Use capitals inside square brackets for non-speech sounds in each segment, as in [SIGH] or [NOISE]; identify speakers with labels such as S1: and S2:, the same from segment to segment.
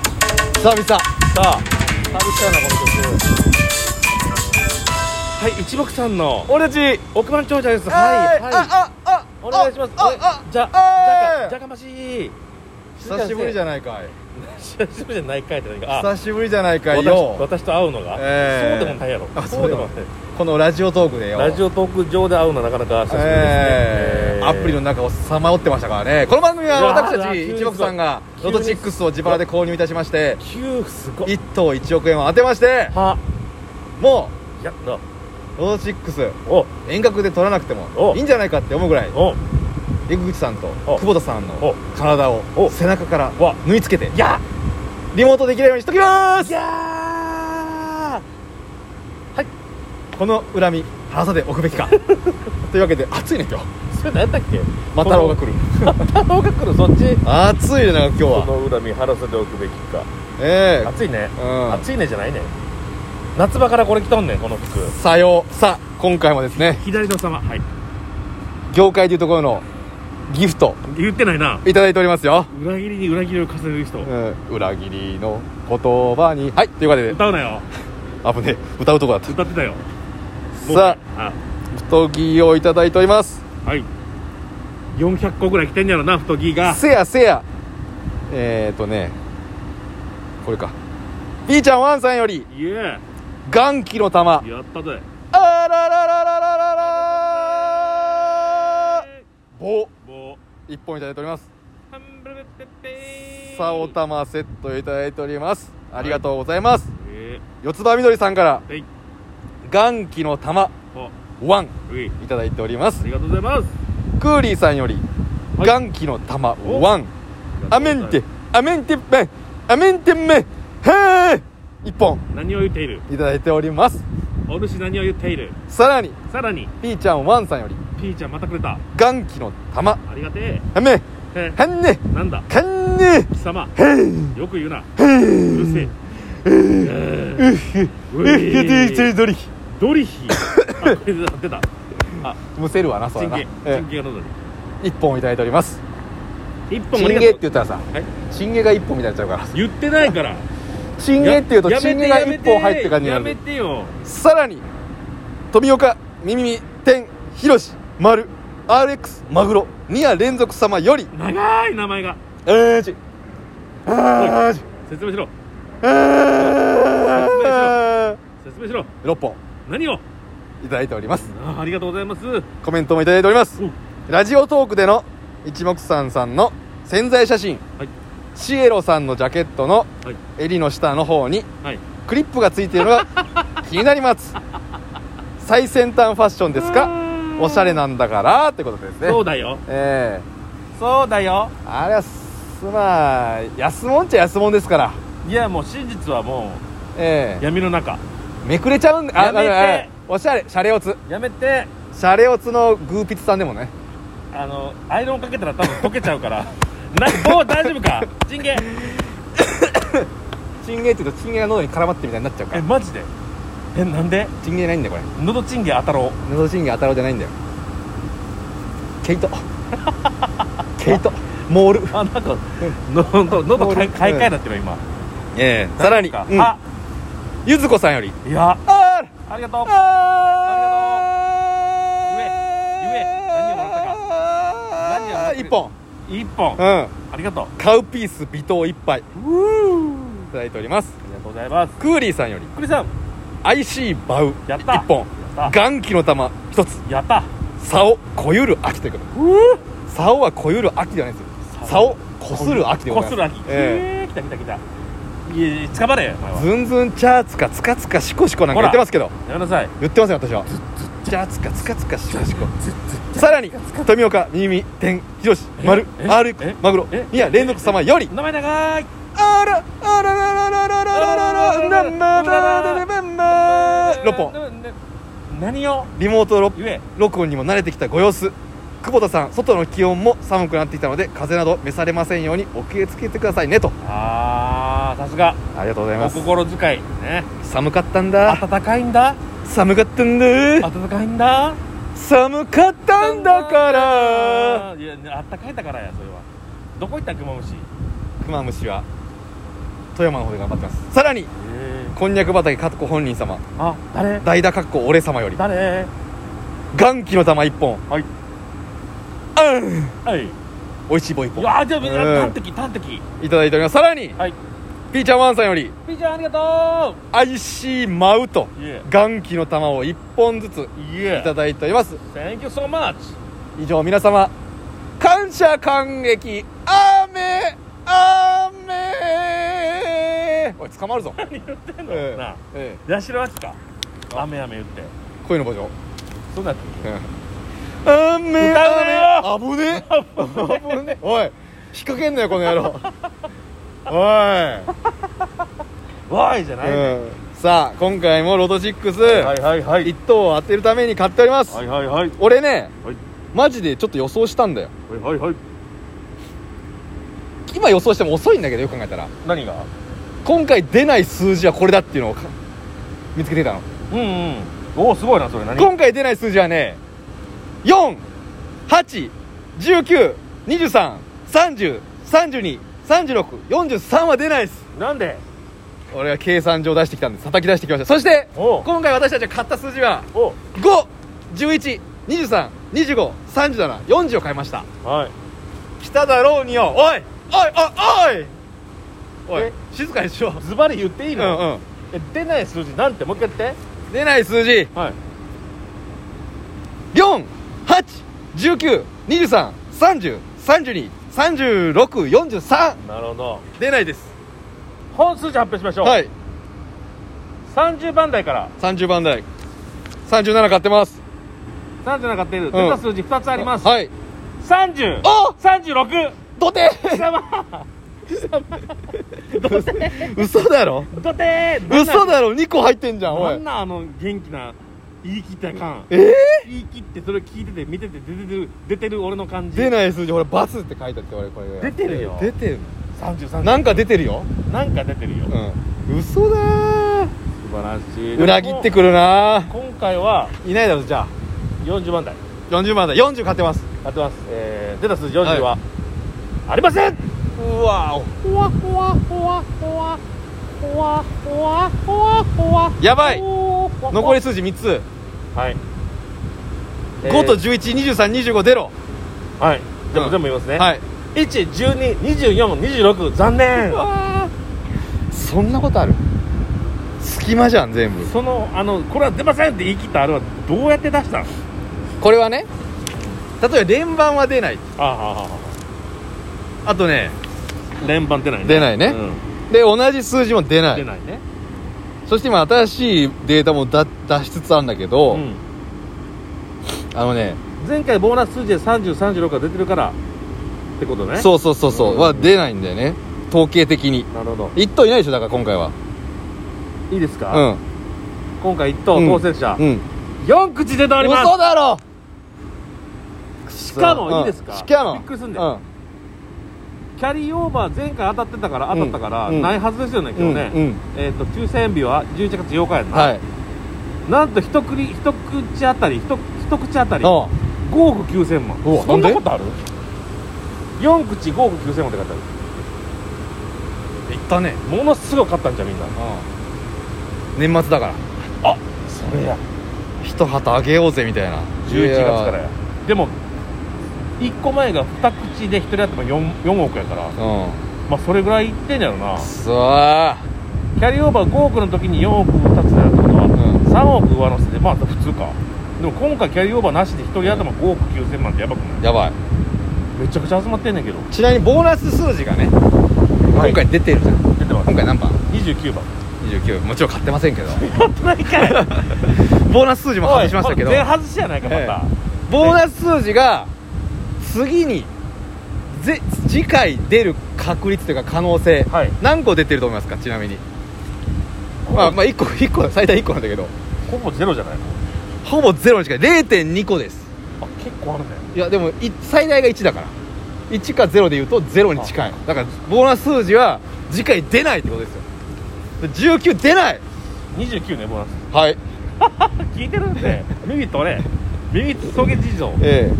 S1: 久々さあ
S2: やなこの曲はい一目散の
S1: 俺たち
S2: 億万長者です
S1: は
S2: はいい
S1: はい
S2: はい
S1: あああ
S2: お願いします
S1: あ
S2: お
S1: あ
S2: じゃ
S1: あ
S2: じゃかじゃかましい
S1: 久しぶりじゃないかい
S2: 久しぶりじゃないかいって何かあ
S1: 久しぶりじゃないかい
S2: 私
S1: よ
S2: 私と会うのが、
S1: ええ
S2: そうでもないやろ
S1: あ
S2: そうでも
S1: そ
S2: な
S1: う
S2: い
S1: このラジオトークでよ
S2: ラジオトーク上で会うのはなかなか久しぶりですね、
S1: ええ
S2: ええ
S1: アプリの中をさまよってましたからねこの番組は私た
S2: いや
S1: ち
S2: ー
S1: 一目さんが
S2: 急
S1: ロ
S2: に
S1: トチックスを自腹で購入いたしまして
S2: 急すごい
S1: 1等1億円を当てまして
S2: は
S1: も
S2: やな
S1: うロトチックス
S2: お
S1: 遠隔で取らなくても
S2: お
S1: いいんじゃないかって思うぐらい
S2: お
S1: 江口さんと
S2: お
S1: 久保田さんの
S2: お
S1: 体を
S2: お
S1: 背中から
S2: わ
S1: 縫い付けて
S2: や
S1: リモートできるようにしときます
S2: や
S1: この恨み腹さで置くべき [LAUGHS] かというわけで暑いね今日
S2: それ何やったっけ
S1: また郎が来る
S2: [LAUGHS] また老が来るそっち
S1: 暑いねなんか今日
S2: こ
S1: は
S2: の恨み晴らせておくべきか
S1: ええ
S2: 暑いね
S1: うん
S2: 暑いねじゃないね夏場からこれ着とんねんこの服
S1: さようさあ今回もですね
S2: 左の様はい
S1: 業界というところのギフト
S2: 言ってないない
S1: ただいておりますよ、
S2: 裏切りに裏切りを重ねる人
S1: うん、裏切りの言葉にはいというわけで
S2: 歌うなよ
S1: 危ねえ歌うとこだった
S2: 歌ってたよ
S1: さ
S2: あ
S1: あ太着をいただいております
S2: あはい400個ぐらい来てんやろな太着が
S1: せやせやえーとねこれか B ちゃんワンさんより
S2: いえ
S1: 元気の玉
S2: やったぜ
S1: あららららららら棒
S2: も
S1: 一本いただいております
S2: う
S1: さおたまセットいただいておりますありがとうございます、
S2: え
S1: 四つ葉みどりさんから
S2: ーはい
S1: 元気の玉
S2: お
S1: ワン
S2: うい
S1: いただいておりま
S2: あ
S1: す
S2: りがとうございます
S1: クーリーさんより
S2: はい
S1: 元気の玉
S2: お
S1: ワンアメンテアメンテメンアメンテメンへえ一本
S2: 何を言っている
S1: いただいております
S2: お主何を言っている
S1: さらに
S2: さらに
S1: P ちゃんワンさんより
S2: ピーちゃんまたくれた
S1: 元気の玉
S2: ありがて
S1: アメ
S2: え
S1: へんね
S2: えなんだ
S1: かんね
S2: 貴様
S1: へい
S2: よく言うなうるせええーう
S1: え
S2: え
S1: てドリヒ
S2: ド
S1: [LAUGHS]
S2: リヒあこれだ出たあ
S1: むせるわなそれ
S2: チン
S1: な
S2: ゲチ
S1: え
S2: ンゲが喉に
S1: え一本いただいております
S2: 一本
S1: チ
S2: あ
S1: ン
S2: りが
S1: ゲって言
S2: とう
S1: ったらさ
S2: はい
S1: チンゲが一本みたいになっちゃうから
S2: 言ってないから
S1: チンゲって言うと
S2: や
S1: チンゲ
S2: や
S1: が
S2: め
S1: 一
S2: て
S1: 本入って感じにな
S2: やめ
S1: る
S2: てよ
S1: さらに富岡みみみ天ひろし丸 RX マグロ2夜連続様より
S2: 長い名前が
S1: えーじえーじ
S2: 説明しろ
S1: えー
S2: 説明しろ
S1: 6本
S2: 何を
S1: いただいております
S2: あありがとうございます
S1: コメントもいただいております
S2: うん
S1: ラジオトークでの一目散さんの宣材写真
S2: はい
S1: シエロさんのジャケットの
S2: はい
S1: 襟の下の方に
S2: はい
S1: クリップがついているの
S2: [LAUGHS]
S1: が気になります最先端ファッションですかおしゃれなんだからってことですね
S2: そうだよ
S1: え
S2: そうだよ
S1: えあれはすまあ安もんっちゃ安もんですから
S2: いやもう真実はも
S1: え
S2: う
S1: え
S2: 闇の中
S1: めくれちゃうんであ
S2: やめて
S1: あああおしゃれシャレオツ
S2: やめて
S1: シャレオツのグーピツさんでもね
S2: あのアイロンかけたら多分溶けちゃうから [LAUGHS] なもう大丈夫かチンゲ
S1: チンゲって言うとチンゲが喉に絡まってみたいになっちゃうか
S2: え
S1: ら
S2: マジでえなんで
S1: チンゲじゃないんだよこれ
S2: 喉チンゲ当たろ
S1: 喉チンゲ当たろうじゃないんだよ毛
S2: [LAUGHS]
S1: 糸毛糸モール
S2: うあなんか喉喉かい買い替えだってば今
S1: ええさらに、
S2: なんか
S1: うん
S2: あ
S1: ゆずこさんより
S2: いや
S1: あー
S2: ありがとう
S1: あ
S2: ありがとうゆえゆえ何をもらったか何をもらって
S1: 一
S2: る
S1: 本
S2: 一本
S1: うん
S2: ありがとう
S1: カウピース微糖一杯い
S2: あ
S1: ただいております
S2: りがとうございます
S1: クーリーさんより
S2: クリさん
S1: IC バウ
S2: やった
S1: 一本
S2: やった
S1: 元気の玉一つ
S2: やった
S1: 竿こゆる秋ということ竿はこゆる秋じゃないですよ竿こする秋でご
S2: こ
S1: ざい
S2: す
S1: ます
S2: る秋
S1: え
S2: えー、来た来た来たいやいや捕まれお前
S1: え
S2: は
S1: ずんずんチャーツカツカツカシコシコなんか
S2: ほ
S1: 言
S2: ら
S1: ってますけど
S2: やめなさい
S1: 言ってますよ私はチャーツカツカツカシコシコさらに富岡みゆみ天ひろし丸
S2: え
S1: RX
S2: え
S1: マグロ
S2: え
S1: いや連続様より
S2: 名前長い
S1: あらあらららららららららららら6本
S2: 本何を
S1: リモート録
S2: ゆえ
S1: 録音にも慣れてきたご様子久保田さん外の気温も寒くなってきたので風邪など召されませんようにお気をつけてくださいねと
S2: あーさすが
S1: ありがとうござい
S2: お
S1: ます
S2: 心遣いね
S1: 寒かったんだ
S2: 暖かいんだ
S1: 寒かったんだ
S2: 暖かいんだ
S1: 寒かったんだから
S2: いや暖かいんだからやそれはどこ行った熊虫
S1: クマムシは富山の方で頑張ってますさらにこんにゃく畑かっこ本人様
S2: あ誰
S1: 代打かっこ俺様より
S2: 誰
S1: 元気の玉一本
S2: はい
S1: うん
S2: はい
S1: 美味しい棒一
S2: い
S1: 本
S2: やじゃあみんな
S1: うん
S2: 端的端的
S1: いただいておりますさらに
S2: はい
S1: ピーちゃんワンさんより
S2: ピーちゃんありがと
S1: 愛しいマウと
S2: ういえ
S1: 元気の玉を1本ずつ
S2: い
S1: いた
S2: え
S1: だいております
S2: Thank you so much
S1: 以上皆様感謝感激雨雨おい捕まるぞ
S2: 何言ってんの
S1: ええ
S2: なあ
S1: え
S2: 八代亜紀か雨雨言って
S1: え声の場所
S2: そうなって
S1: 雨雨
S2: 歌
S1: 危ねえ危ねえ [LAUGHS] おい引っ掛けんなよこの野郎 [LAUGHS] おい
S2: わーいじゃないね
S1: うんさあ今回もロト6、
S2: はいはいは
S1: 一
S2: い
S1: 等を当てるために買っております、
S2: はいはいはい
S1: 俺ね
S2: はい
S1: マジでちょっと予想したんだよ
S2: はいはいはい
S1: 今予想しても遅いんだけどよく考えたら
S2: 何が
S1: 今回出ない数字はこれだっていうのをか見つけてきたの
S2: うんうんおおすごいなそれ何
S1: 今回出ない数字はね48192330323643は出ないです
S2: なんで
S1: 俺が計算上出してきたんです叩き出してきましたそして
S2: おう
S1: 今回私たちが買った数字は
S2: お
S1: 51123253740を買いました
S2: はい
S1: 来ただろうによおいおいおいおいおい
S2: え
S1: 静かにしよ
S2: ズバリ言っていい
S1: うん
S2: うの
S1: うん
S2: え出ない数字なんてもう一回言って
S1: 出ない数字
S2: はい
S1: 4 8 19 23 30 32 36 43
S2: なるほど
S1: 出ないです
S2: 本数字発表しましょう
S1: はい
S2: 30番台から
S1: 30番台37買ってます
S2: 37買っている出た数字2つあります
S1: はい
S2: 30
S1: お [LAUGHS]
S2: 36
S1: 土手
S2: 貴様貴様どて
S1: 嘘だろ
S2: どて
S1: 嘘だろ2個入ってんじゃんお
S2: ないんなんあの元気な言い切った感
S1: えー
S2: 言い切ってそれ聞いてて見てて出てる出てる俺の感じ
S1: 出ない数字ほらバツって書いてあって俺これ
S2: 出てるよ
S1: 出てる
S2: 33
S1: なんか出てるよ
S2: なんか出てるよ
S1: うん嘘だー
S2: 素晴らしい
S1: 裏切って
S2: く
S1: くるなー
S2: 今回はい
S1: ないだろじゃあ
S2: 40番台
S1: 40番台40買ってます
S2: 当てます、えー、出た数字40は、ありません
S1: うわ
S2: ほわほわほわほわほわほわほわほわ
S1: やばい
S2: ほわ
S1: お残り数字3つ
S2: はい
S1: 5と
S2: え
S1: 112325出ろ
S2: ーはいでも
S1: うん
S2: 全部言いますね、
S1: はい
S2: 1 1 2 2 4 2 6残念
S1: そんなことある隙間じゃん全部
S2: そのあのこれは出ませんって言い切ったあれはどうやって出したの
S1: これはね例えば連番は出ない
S2: ああああ
S1: あとね
S2: あ連番出ないね
S1: 出ないね
S2: うん
S1: で同じ数字も出ない
S2: 出ないね
S1: そして今新しいデータもだ出しつつあるんだけど、
S2: うん
S1: あのね
S2: 前回ボーナス数字で3036が出てるからってことね
S1: そうそうそうそう、
S2: うん
S1: は出ないんだよね統計的に
S2: うなるほど
S1: 一等いないでしょだから今回はい
S2: いですか、
S1: うん
S2: 今回1等
S1: うん
S2: 当選者、
S1: うん
S2: 4口出ております
S1: 嘘だろ
S2: しかも、
S1: うん
S2: いいですか
S1: しかも
S2: びっくりすんだ
S1: う
S2: よ
S1: ん、
S2: キャリーオーバー前回当たってたから
S1: うん
S2: 当たったから、
S1: うん
S2: ないはずですよね今日ね、
S1: うんうん
S2: えっ、と9000日は11月8日やんな、
S1: はい
S2: なんと一口一口あたり一一口あたり5
S1: お
S2: 億9000万
S1: うわ
S2: そんな
S1: なんで
S2: ことある4口5億9000万って書いてあ
S1: いったね
S2: るものすごかったんじゃんみんな
S1: 年末だから
S2: あそれや
S1: 一旗あげようぜみたいな
S2: 11月から
S1: い
S2: やでも1個前が2口で1人あっても 4, 4億やから
S1: や
S2: まあそれぐらいいってんやろな
S1: うんさあ
S2: キャリーオーバー5億の時に4億2つであったことは、
S1: ん
S2: 3億上乗せてまあ普通かでも今回キャリーオーバーなしで1人頭5億9000万ってやばくない
S1: やばい
S2: めちゃくちゃ集まってんねんけど
S1: ちなみにボーナス数字がね、
S2: い
S1: 今回出てるじゃん
S2: 出てます
S1: 今回何番
S2: 29番
S1: ?29 もちろん買ってませんけど
S2: 本当 [LAUGHS] ないかい
S1: [LAUGHS] ボーナス数字も外しましたけど
S2: 全外しやないかまた、
S1: えボーナス数字が次にぜ次回出る確率というか可能性、
S2: はい
S1: 何個出てると思いますかちなみにまあまあ1個1個最大1個なんだけど
S2: ほぼゼロじゃないの
S1: ほぼゼロに近い0.2個です
S2: あ結構あるね
S1: いやでもい最大が1だから1か0でいうと0に近いだからボーナス数字は次回出ないってことですよで19出ない
S2: 29ねボーナス
S1: はい
S2: 聞いてるんで耳とね耳そげ事情
S1: え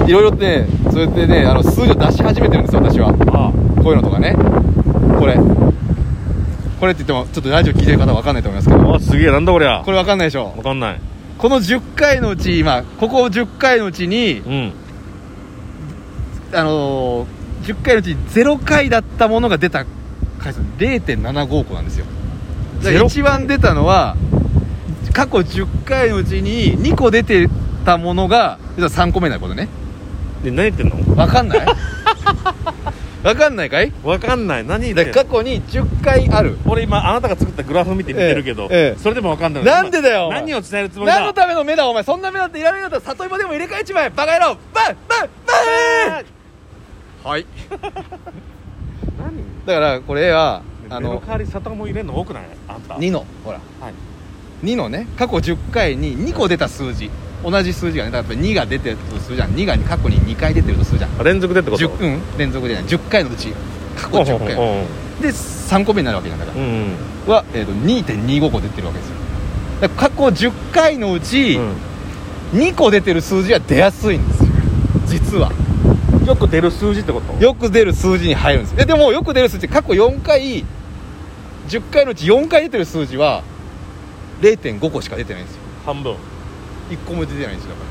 S1: えいろいろねそうやってねあの数字を出し始めてるんですよ私は
S2: あ
S1: こういうのとかねこれこれって言ってもちょっとラジオ聞いてる方は分かんないと思いますけど
S2: わすげえなんだこりゃ
S1: これ分かんないでしょ
S2: わかんない
S1: この10回のうち今ここ10回のうちに
S2: うん
S1: あのー10回のうち0回だったものが出た回数0.75個なんですよだから
S2: ゼロ
S1: 一番出たのは過去10回のうちに2個出てたものが実は3個目なことね
S2: で何言ってんの
S1: 分かんない
S2: [LAUGHS]
S1: 分かんないかい
S2: わかんない何言って
S1: だ
S2: ん
S1: から
S2: の
S1: 過去に10回ある
S2: 俺今あなたが作ったグラフ見て見てるけど、
S1: ええええ
S2: それでもわかんない
S1: なんでだよお前
S2: 何を伝えるつもりだ
S1: 何のための目だお前そんな目だっていられるんだったら里芋でも入れ替えちまえバカ野郎バンバンバンはい
S2: 何
S1: だからこれはあ
S2: あの
S1: の
S2: 代わり砂糖も入れるの多くないあんた
S1: 2のほら
S2: はい
S1: 2のね過去10回に2個出た数字同じ数字がねだから2が出てるとするじゃん2が過去に2回出てるとするじゃん
S2: あ連続でってこと
S1: 10うん連続じゃない10回のうち過去
S2: ほうほう
S1: 10
S2: ほう
S1: 回
S2: ほ
S1: で3個目になるわけなんだか
S2: ううん
S1: らは、えー、と2.25個出てるわけですよだから過去10回のうち
S2: うん
S1: 2個出てる数字は出やすいんですよ実は
S2: よく出る数字ってこと
S1: よく出る数字に入るんですえでもよく出る数字って過去4回10回のうち4回出てる数字は0.5個しか出てないんですよ
S2: 半分へ
S1: 1個も出てないんですよだから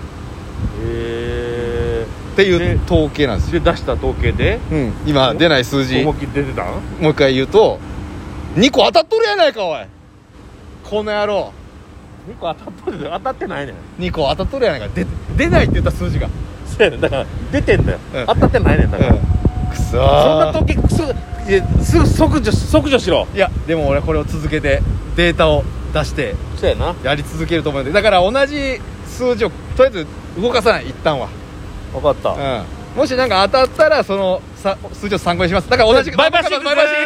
S2: え
S1: っていう
S2: で
S1: 統計なんですよ、
S2: で出した統計で
S1: うん、今出ない数字
S2: 思
S1: も
S2: いっきり出てたん
S1: う一回言うと2個当たっとるやないかおいこの野郎
S2: 2個当たっとるで当たってないねん
S1: 2個当たっとるやないか出出ないって言った数字が、
S2: そうやねんだから出てんだよ、
S1: うん
S2: 当たってないねんだから、
S1: くそ
S2: そん
S1: ー
S2: な統計くそいやすぐ即除即除しろ
S1: いやでも俺はこれを続けてデータを出して
S2: そうやな
S1: やり続けると思うんでだから同じ数字をとりあえず動かさない一旦は
S2: 分かった、
S1: うんもしなんか当たったらそのさ数字を参考にしますだから同じ
S2: バイバイシックス
S1: バイバイシックス